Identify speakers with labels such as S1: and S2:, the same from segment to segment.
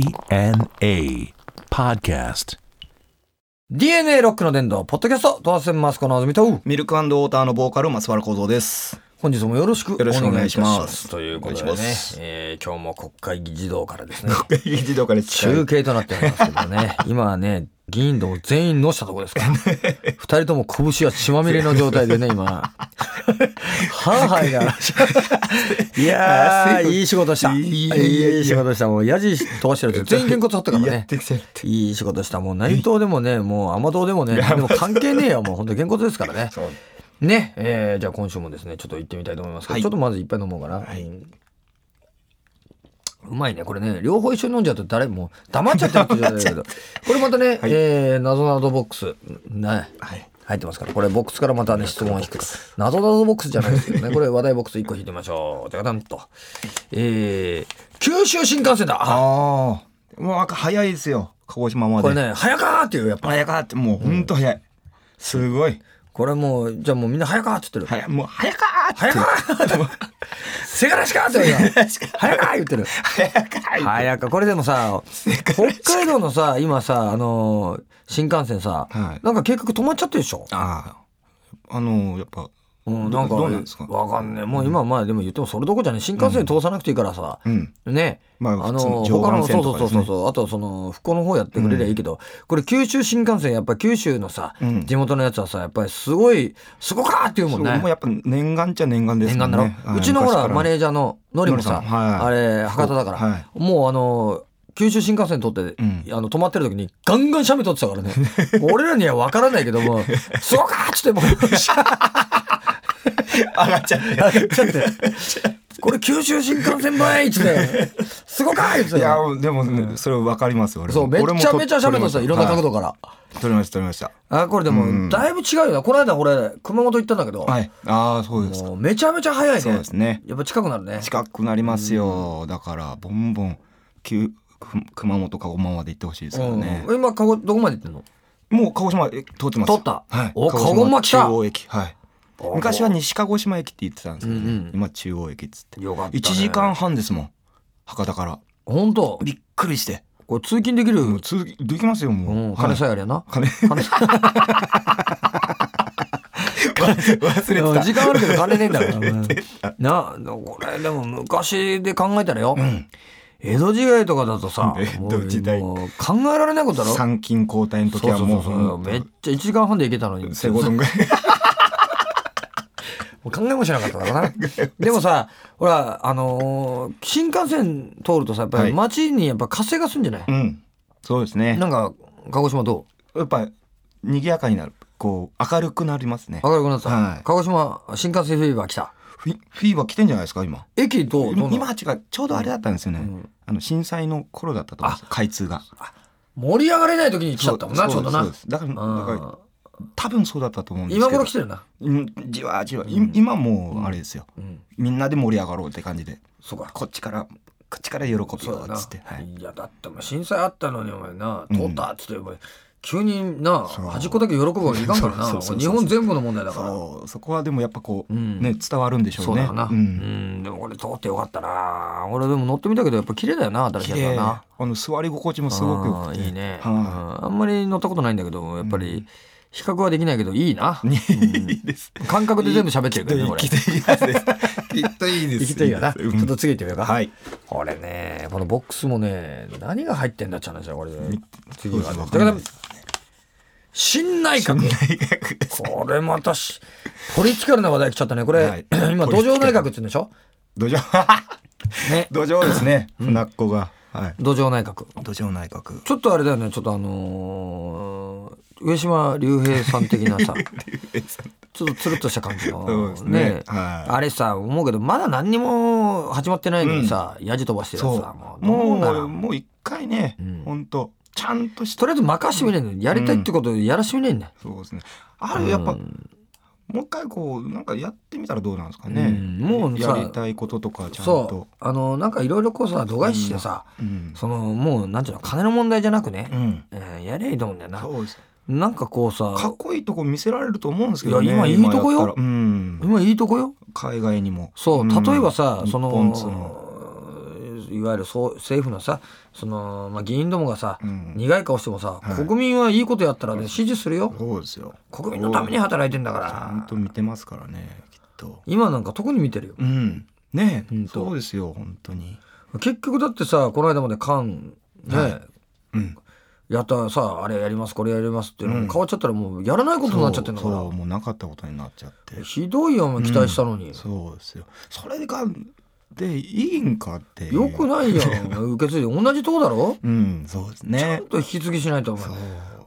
S1: DNA Podcast.
S2: DNA ロックの伝道、ポッドキャスト、当選マスコのあずみと、
S3: ミルクウォーターのボーカル、松原幸三です。
S2: 本日もよろしくお
S3: よ
S2: 願
S3: ろ
S2: いい
S3: した
S2: し
S3: くお願
S2: ます。
S3: いします
S2: ということで
S3: お願いし
S2: ね
S3: ます、
S2: えー今日も国会議事堂からです ね、
S3: 自動化です。
S2: 中継となっておりますけど ね、今はね、議員ども全員のしたとこですから、二人とも拳は血まみれの状態でね、今、ハー ハイが、いやー、いい仕事した。
S3: いやいやいや
S2: いい仕事した。もう、やじ飛ばしてるやつ全員原稿取ったから
S3: や
S2: ね
S3: っ。てきてるって。
S2: いい仕事した。もう内藤でもね、もう甘党でもね、でも関係ねえよ。もう本当原稿ですからね。
S3: そう。
S2: ね、えーじゃあ今週もですね、ちょっと行ってみたいと思いますけど、
S3: はい
S2: ちょっとまずいっぱい飲もうかな。うんうまいね。これね、両方一緒に飲んじゃうと誰も 黙っちゃってるって状態だけど、これまたね、えー、謎謎ボックス、ね、
S3: はい。
S2: 入ってますから、これボックスからまたね、質問を引く。謎謎ボックスじゃないですけど ね、これ話題ボックス1個引いてみましょう。じゃがんと。えー、九州新幹線だあ
S3: ああ。もうなんか早いですよ。鹿児島まで。
S2: これ。ね、早かーっていう、やっぱ。
S3: 早かって、もうほんと早い。すごい。
S2: これもう、じゃあもうみんな早かーって言ってる。
S3: 早い。もう早かーって
S2: 早かーって。せがらしかーって言うよ早かー言ってる。
S3: 早かーい。
S2: 早かこれでもさ北海道のさ今さあのー新幹線さ、
S3: はい
S2: なんか計画止まっちゃってるでしょ、
S3: ああ。あのー、やっぱ。
S2: うん、
S3: ど
S2: なんか
S3: どうなんですか
S2: わかんねえもう今まあでも言ってもそれどころじゃねえ新幹線通さなくていいからさ、
S3: うん。
S2: ね
S3: まあ
S2: の
S3: 普通の
S2: ー
S3: 常
S2: 他のそ
S3: 磐
S2: う
S3: 線
S2: そう
S3: とか
S2: そ
S3: で
S2: う
S3: すね
S2: そうあとはその復興の方やってくれりゃいいけど、これ九州新幹線やっぱ九州のさ、
S3: うん
S2: 地元のやつはさやっぱりすごいすごかーって言うも
S3: そうん
S2: ね
S3: もうやっぱ念願っちゃ念願です
S2: 念
S3: も
S2: 願だろ
S3: んね。はいう
S2: ちのほ
S3: 昔
S2: ら
S3: から
S2: マネージャーのノリもさ
S3: ノリさんはい
S2: あれ博多だから、
S3: はい
S2: もうあの九州新幹線通って、
S3: うん
S2: あの止まってる時にガンガン斜面取ってた からね俺らには分からないけども「すごか!」っつっても う
S3: 上がっちゃって。
S2: 上がっちゃって「これ九州新幹線ばい!」っつって「すごか!」っつっ
S3: い
S2: て
S3: や、でもね、それ分かります、俺も。
S2: そうめっちゃめちゃ斜面取ってたいろんな角度
S3: が。
S2: から、
S3: 撮りました、撮りました。
S2: あこれでもだいぶ違うよなこの間俺熊本行ったんだけど、
S3: はい。ああ、そうですか。
S2: もうめちゃめちゃ速いね
S3: そうですね。
S2: やっぱ近くなるね
S3: 近くなりますよ。だから、ボンボン、きゅく熊本か馬まで行ってほしいですからね
S2: う。ん、今かごどこまで行ってんの
S3: もう鹿児島え通ってます。
S2: 通った
S3: はい。
S2: お鹿児島来た
S3: 中央駅。はい。昔は西鹿児島駅って言ってたんですけどね、
S2: うんうん
S3: 今中央駅っつって。
S2: よかったね
S3: 1時間半ですもん。博多から。
S2: 本当
S3: びっくりして。
S2: これ通勤できる、
S3: もう続き、できますよ、
S2: う
S3: もう。
S2: ん、金
S3: は
S2: さえありゃな。
S3: い金
S2: 金さ
S3: 忘れてた。
S2: 時間あるけど金ねえん だから。な、これでも昔で考えたらよ。江戸時代とかだとさ、
S3: 江戸時代
S2: もうもう考えられないことだろ。
S3: 参勤交代の時はもう、
S2: そうそうそう
S3: ほんと
S2: めっちゃ1時間半で行けたのに。
S3: セゴドンぐらい。
S2: もう考えもしなかったからな。 でもさ、ほら、あのー新幹線通るとさ、やっぱ
S3: は
S2: り
S3: い
S2: 街にやっぱ活性化するんじゃない、
S3: うん。そうですね。
S2: なんか、鹿児島ど
S3: やっぱ、賑やかになる。こう、明るくなりますね
S2: う。明るくなった、
S3: はい
S2: 鹿児島新幹線フィーバー来た。
S3: フィフィーバー来てんじゃないですか、今。
S2: 駅どうどうなの
S3: 今8がちょうどあれだったんですよね、あの震災の頃だったと思うんですよ開通が
S2: 盛り上がれない時に来ちゃったもんな、ち
S3: そ
S2: ょ
S3: う
S2: うど
S3: です
S2: な。
S3: そうですだから
S2: うん
S3: だから多分そうだったと思うんですけ
S2: 今
S3: ど
S2: 頃来てるな。
S3: うんじわじわ、い今もうあれですよ、
S2: うん。
S3: みんなで盛り上がろうって感じで
S2: そうか。
S3: こっちからこっちから喜ぶよ
S2: そうだ
S3: っ
S2: な。
S3: つって、はい、
S2: い、や、だってもう震災あったのに、お前な、
S3: ん
S2: 通ったっつって、お前、急にな、
S3: そう
S2: 端っこだけ喜ぶわけいかんからな。
S3: そうそ
S2: こ
S3: うそうそう
S2: れ日本全部の問題だから。
S3: そうそこはでもやっぱこう、
S2: うん
S3: ね伝わるんでしょうね
S2: そうだよな、うん。
S3: ん
S2: でもこれ通ってよかったな。俺でも乗ってみたけど、やっぱ綺麗だよな、新しい
S3: 綺
S2: やつ
S3: 麗
S2: はな
S3: あ。の座り心地もすごく良
S2: あ
S3: く
S2: ー
S3: て
S2: いいね、
S3: は
S2: うんあんまり乗ったことないんだけど、やっぱり、比較はできないけど、いい な。
S3: い、いいです
S2: 感覚で全部喋ってるからね、これ。
S3: きっといいやつですきっといいです
S2: 行 きたいよな。ち
S3: うん
S2: ょっと次行ってみようか。
S3: はい
S2: これね、このボックスもね、何が入ってんだっちゃうんですよ、これ。次は。だ
S3: そうですね
S2: から、新内 閣。これまたし、ポリティカルな話題来ちゃったね。これ、
S3: はい
S2: 今、土壌内閣って言うんでしょ
S3: 土壌
S2: ね。
S3: 土壌ですね船っ子が、はい
S2: 土壌内閣。
S3: 土壌内 閣
S2: ちょっとあれだよね、ちょっとあのー上島竜兵さん的な さ、ちょっとつるっとした感じ
S3: そう
S2: の
S3: で。すね
S2: ね。
S3: はい
S2: あれさ、思うけど、まだ何にも始まってないのにさ、やじ飛ばしてるやつさ、
S3: そ
S2: も
S3: う
S2: う、どうな
S3: もう
S2: の
S3: もう一回ね、
S2: ん
S3: ほんとちゃんとし
S2: と
S3: た
S2: りあえず任してみれんのやりたいってことでやらしてみれんね、
S3: そうですねあれやっぱ、もう一回こうなんかやってみたらどうなんですかね、
S2: うんもうさ
S3: やりたいこととかちゃん
S2: そ
S3: と
S2: うあのなんかいろいろこうさ度外視してさ、
S3: うん、
S2: そのもうなんていうの金の問題じゃなくね、
S3: うん
S2: えーやりゃいいと思うんだよな
S3: そうです
S2: なんかこうさ
S3: かっこいいとこ見せられると思うんですけど、ね、
S2: いや今いいとこよ
S3: やったらうん、
S2: 今いいとこよ
S3: 海外にも
S2: そう例えばさ、
S3: うん
S2: そ
S3: 日本っつうの
S2: のいわゆるそう政府のさその、まあ、議員どもがさ、
S3: うん
S2: 苦い顔してもさ、
S3: はい
S2: 国民はいいことやったらね支持するよ
S3: そうですよ
S2: 国民のために働いてんだか
S3: ちゃん
S2: ら
S3: と見てますからねきっと
S2: 今なんか特に見てるよ
S3: うんね
S2: ほん
S3: え
S2: と
S3: そうですよ本当に
S2: 結局だってさこの間まで菅ね、
S3: はうん
S2: やったさあれやりますこれやりますっていうの
S3: うん
S2: も変わっちゃったらもうやらないことになっちゃってんだか
S3: そう
S2: ら
S3: そうもうなかったことになっちゃって
S2: ひどいよお前期待したのに、
S3: そうですよそれがでいいんかっていう
S2: よくないよ受け継いで同じ党だろ
S3: うんそうです
S2: ちゃ
S3: ね
S2: んと引き継ぎしないとお前
S3: そ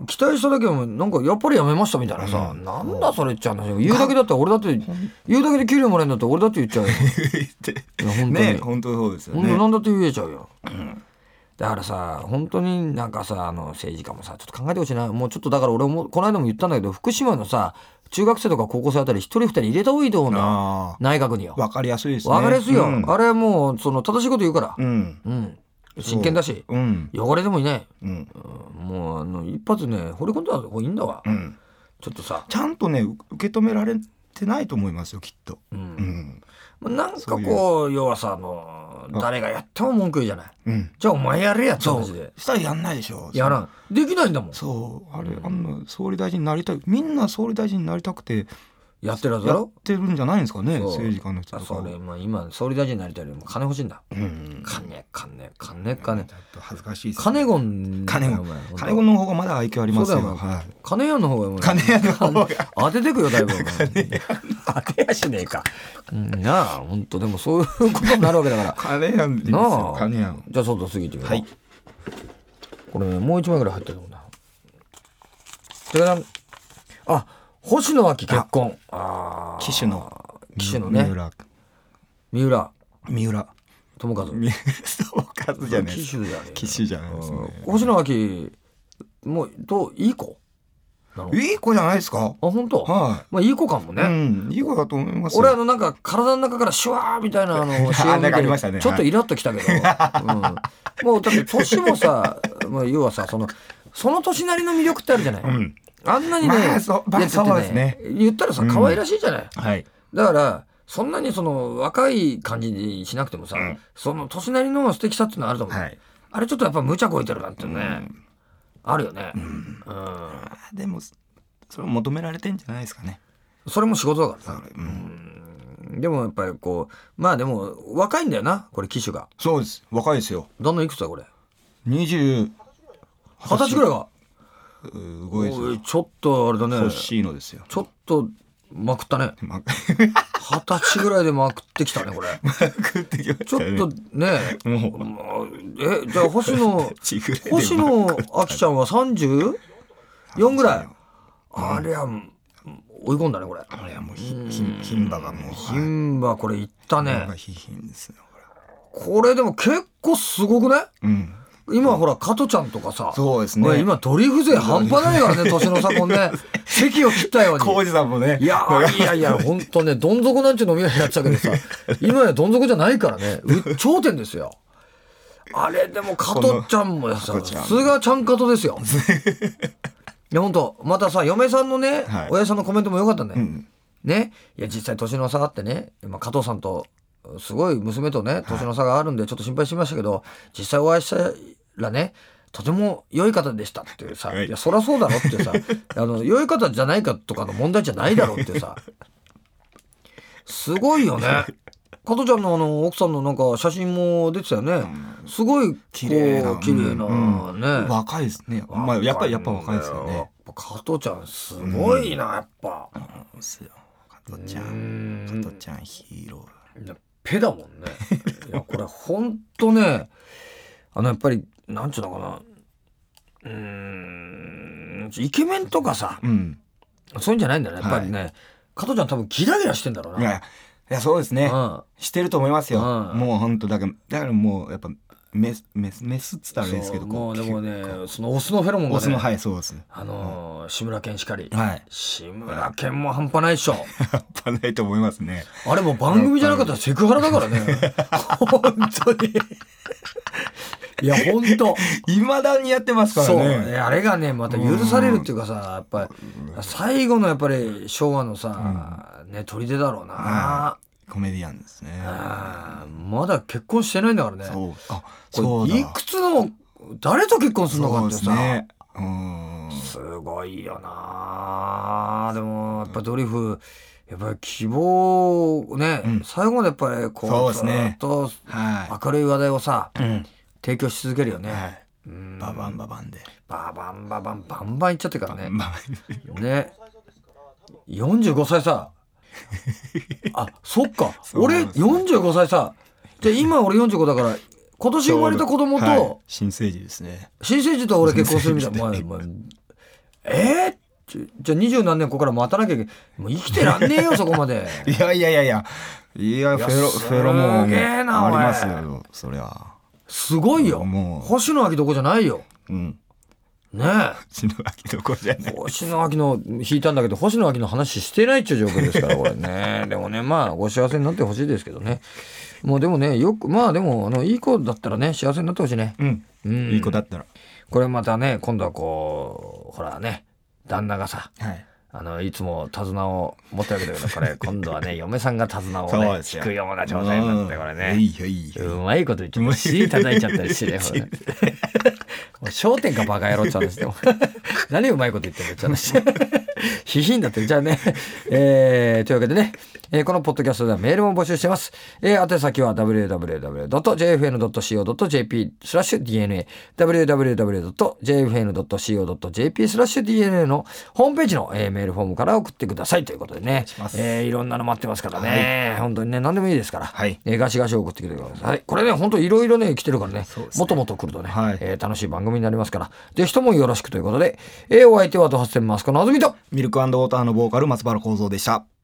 S3: う
S2: 期待しただけでもなんかやっぱりやめましたみたいなさ、
S3: うん
S2: なんだそれっちゃうの言うだけだったら俺だって言うだけで給料もらえるんだったら俺だって言っちゃうよいや本当に、
S3: ねえ本当そうですよ
S2: 本当
S3: ね
S2: 何だって言えちゃうよ、だからさ本当になんかさあの政治家もさちょっと考えてほしいなもうちょっとだから俺もこの間も言ったんだけど福島のさ中学生とか高校生あたり一人二人入れた方がいいと思うんだよ
S3: あ
S2: 内閣によ
S3: あわかりやすいですね
S2: 分かりやすいよ、
S3: うん
S2: あれはもうその正しいこと言うから
S3: うん
S2: うん、真剣だし
S3: うん
S2: 汚れでもいない、
S3: うん
S2: うんもうあの一発ね掘り込んだ方がいいんだわ、
S3: うん
S2: ちょっとさ、
S3: ちゃんとねう受け止められてないと思いますよきっと
S2: うん
S3: うん
S2: まあなんか
S3: そう
S2: こう要はさあの誰がやっても文句言うじゃない
S3: うん
S2: じゃあお前やれやって
S3: そ
S2: 話で
S3: うしたらやんないでしょ
S2: やらんできないんだもん
S3: そうあれあんな総理大臣になりたいみんな総理大臣になりたくて
S2: やってるはずだ
S3: やっ
S2: ろ
S3: てるんじゃないんですかね
S2: そう
S3: 政治家の人
S2: あ
S3: とか
S2: それまあ今総理大臣になりたいよりも金欲しいんだ
S3: うん
S2: 金金金金
S3: ちょっと恥ずかしいです
S2: 金ゴン
S3: 金ゴン
S2: お前ほんと
S3: 金子の方がまだ愛嬌ありますよ
S2: そうだよ
S3: はい
S2: 金屋の方がお前
S3: 金屋 の方が
S2: 当ててくよだいぶお前当てやしねえかうんなあ本当でもそういうことになるわけだから
S3: 金やんです
S2: な
S3: よ
S2: あ
S3: 金やん
S2: じゃあちょっと次行ってみよう
S3: はい
S2: これねもう一枚ぐらい入ってるもんなてかなあ星野亜紀結婚ああ
S3: 騎手の
S2: 騎手のね
S3: 三浦
S2: 三浦
S3: 三浦
S2: 友和
S3: 三浦そう数じゃない
S2: 騎手だね
S3: 騎手じゃないですね
S2: うん星野亜紀もうどういい子なのあ
S3: いい子じゃないですか
S2: 本当
S3: は
S2: まあいい子かも
S3: い
S2: ね、
S3: うんいい子だと思いますよ
S2: 俺あのなんか体の中からシュワーみたいなあの CM 見
S3: なん
S2: て
S3: か ありましたね
S2: ちょっとイラっときたけど、うん、もうだって年もさ、 まあ、要はさそのその年なりの魅力ってあるじゃない、
S3: うん
S2: あんなにね、
S3: まあそうまあ
S2: やつって
S3: そうですね
S2: 言ったらさ
S3: うん
S2: 可愛らしいじゃない、
S3: はい
S2: だからそんなにその若い感じにしなくてもさ、
S3: うん
S2: その年なりの素敵さっていうのはあると思う、
S3: はい
S2: あれちょっとやっぱ無茶こいてるなんてね、
S3: うん
S2: あるよね、うん
S3: でもそれを求められてんじゃないですかね
S2: それも仕事だからさ、
S3: うん
S2: でもやっぱりこうまあでも若いんだよなこれ機種が
S3: そうです若いですよ
S2: どんどんいくつだこれ
S3: 二
S2: 二
S3: 十
S2: 十歳ぐらいが
S3: ごいです
S2: お
S3: よ
S2: いちょっとあれだね
S3: 欲しいの ですよ
S2: ちょっとまくったね
S3: ま
S2: 二十歳ぐらいでまくってきた ねこれ
S3: 食ってきまし
S2: ちょ
S3: た
S2: っ
S3: ね
S2: とね
S3: もう
S2: まあえじゃあ星 野
S3: ちぐれで
S2: 星野あきちゃんは34ぐらいあれは追い込んだねこれ
S3: あれはもうひひ牝馬がもう
S2: 牝馬これいった
S3: 馬が
S2: ね
S3: ひひんですよこ
S2: これでも結構すごくね
S3: れうん
S2: 今ほら加トちゃんとかさ
S3: そうです
S2: おい
S3: ね
S2: 今ドリフ勢半端ないからね年の差婚 ね席を切ったように
S3: 浩二さんもね
S2: いやーいやいや、ほんとね、どん底なんちゅう飲み屋やってたけど さ、今やどん底じゃないからね、う頂点ですよ。あれでも、加藤ちゃんも
S3: こ
S2: さ、
S3: の加藤ちゃん
S2: 菅ちゃん加藤ですよ。 いや、ほんと、またさ、嫁さんのね、
S3: はい
S2: 親父さんのコメントもよかった
S3: う
S2: ね。
S3: ん
S2: ね、いや、実際年の差があってね、今加藤さんと、すごい娘とね、年の差があるんで、ちょっと心配してましたけど、実際お会いしたらね、とても良い方でしたっていうさ、
S3: はい
S2: いや、そりゃそうだろって さ、あの、良い方じゃないかとかの問題じゃないだろうってさ、すごいよね。加藤ちゃんのあの、奥さんのなんか写真も出てたよね。すごい、こう綺
S3: 綺麗な
S2: 麗な
S3: うん
S2: ね。
S3: 若いですねまあやっぱりやっぱ若いですよ
S2: やっ
S3: ね
S2: ぱ加藤ちゃん、すごいな、やっぱ。
S3: そうですよ加藤ちゃ
S2: うん
S3: 加
S2: ん
S3: 藤ちゃんヒーロ
S2: いやペだもん ねいやこれほんとねあのやっぱりなんちゅうのかなうーんイケメンとかさ
S3: ーうん
S2: そういうんじゃないんだよねやっぱりね、加藤ちゃん多分ギラギラしてんだろう
S3: い
S2: な
S3: やいやそうですね
S2: うん
S3: してると思いますよ
S2: うん
S3: もう本当だからだからもうやっぱメスメスメスっつったらあれですけど
S2: そうも
S3: こ
S2: う
S3: う
S2: でもねそのオスのフェロモンが
S3: オスの
S2: ね
S3: はいそうです
S2: あのー志村けんしかり、
S3: はい
S2: 志村けんも半端ないでしょ
S3: 半端ないと思いますね
S2: あれもう番組じゃなかったらセクハラだから ね本当に いや本当
S3: いまだにやってますから
S2: そう
S3: ね
S2: ねあれがねまた許されるっていうかさやっぱり最後のやっぱり昭和のさ、ね砦だろうな、
S3: コメディアンですね
S2: あーまだ結婚してないんだからね
S3: そうあそ
S2: こ
S3: うだ
S2: れいくつの誰と結婚するのか
S3: そ
S2: っ
S3: うで
S2: て
S3: す
S2: さ、
S3: ねうん
S2: すごいよなでもやっぱドリフやっぱり希望をね、
S3: うん
S2: 最後までやっぱりこう
S3: そうですね
S2: ずっと
S3: は
S2: 明るい話題をさ
S3: いうん
S2: 提供し続けるよね、
S3: はい
S2: うん
S3: ババンババンで
S2: ババンババンバンバンいっちゃってるからね
S3: まあ
S2: ね45歳さあそっか
S3: そう
S2: 俺
S3: なんですね
S2: 45歳さで今俺45だから今年生まれた子供
S3: はい
S2: と
S3: 新生児ですね
S2: 新生児と俺結婚するみたいなお前お前えー、じゃあ二十何年ここから待たなきゃいけないもう生きてらんねえよそこまで
S3: いやいやいやいやいや
S2: い
S3: フ
S2: や
S3: ェロ
S2: す
S3: フ
S2: げえな
S3: ェロモンあ
S2: おい
S3: りますよそりゃ
S2: すごいよ
S3: もう
S2: 星野秋どこじゃないよ
S3: うん
S2: ね
S3: 死ぬわけどころじゃな
S2: え
S3: い
S2: 星野秋の引いたんだけど星野秋の話してないっちゅう状況ですからこれね でもねまあご幸せになってほしいですけどねもうでもねよくまあでもあのいい子だったらね幸せになってほしいね
S3: うん
S2: うん
S3: いい子だったら
S2: これまたね今度はこうほらね旦那がさ
S3: はい
S2: あのいつも手綱を持ってるわけだけどこれ今度はね嫁さんが手綱をね
S3: そうです
S2: 引
S3: よ
S2: くような状態になってこれ
S3: うんい
S2: ね
S3: いよいいうよ
S2: まいこと言っちゃって尻叩いちゃったりしてねこれ もう焦点かバカ野郎って話で も何うまいこと言ってんだって話 ひひんだってじゃあね、えーというわけでね、えーこのポッドキャストではメールも募集してます、えー、宛先は www.jfn.co.jp スラッシュ DNA www.jfn.co.jp スラッシュ DNA のホームページの、えーメールフォームから送ってくださいということでね
S3: ます、
S2: えーいろんなの待ってますからね、本当にね何でもいいですから、
S3: はい
S2: えーガシガシ送ってきてください、これね本当いろいろね来てるからね
S3: そうですね
S2: もともと来るとね、
S3: はい
S2: えー楽しい番組になりますからぜひともよろしくということで、えーお相手はドハステンマスコのあずみと
S3: ミルクウォーターのボーカル松原幸三でした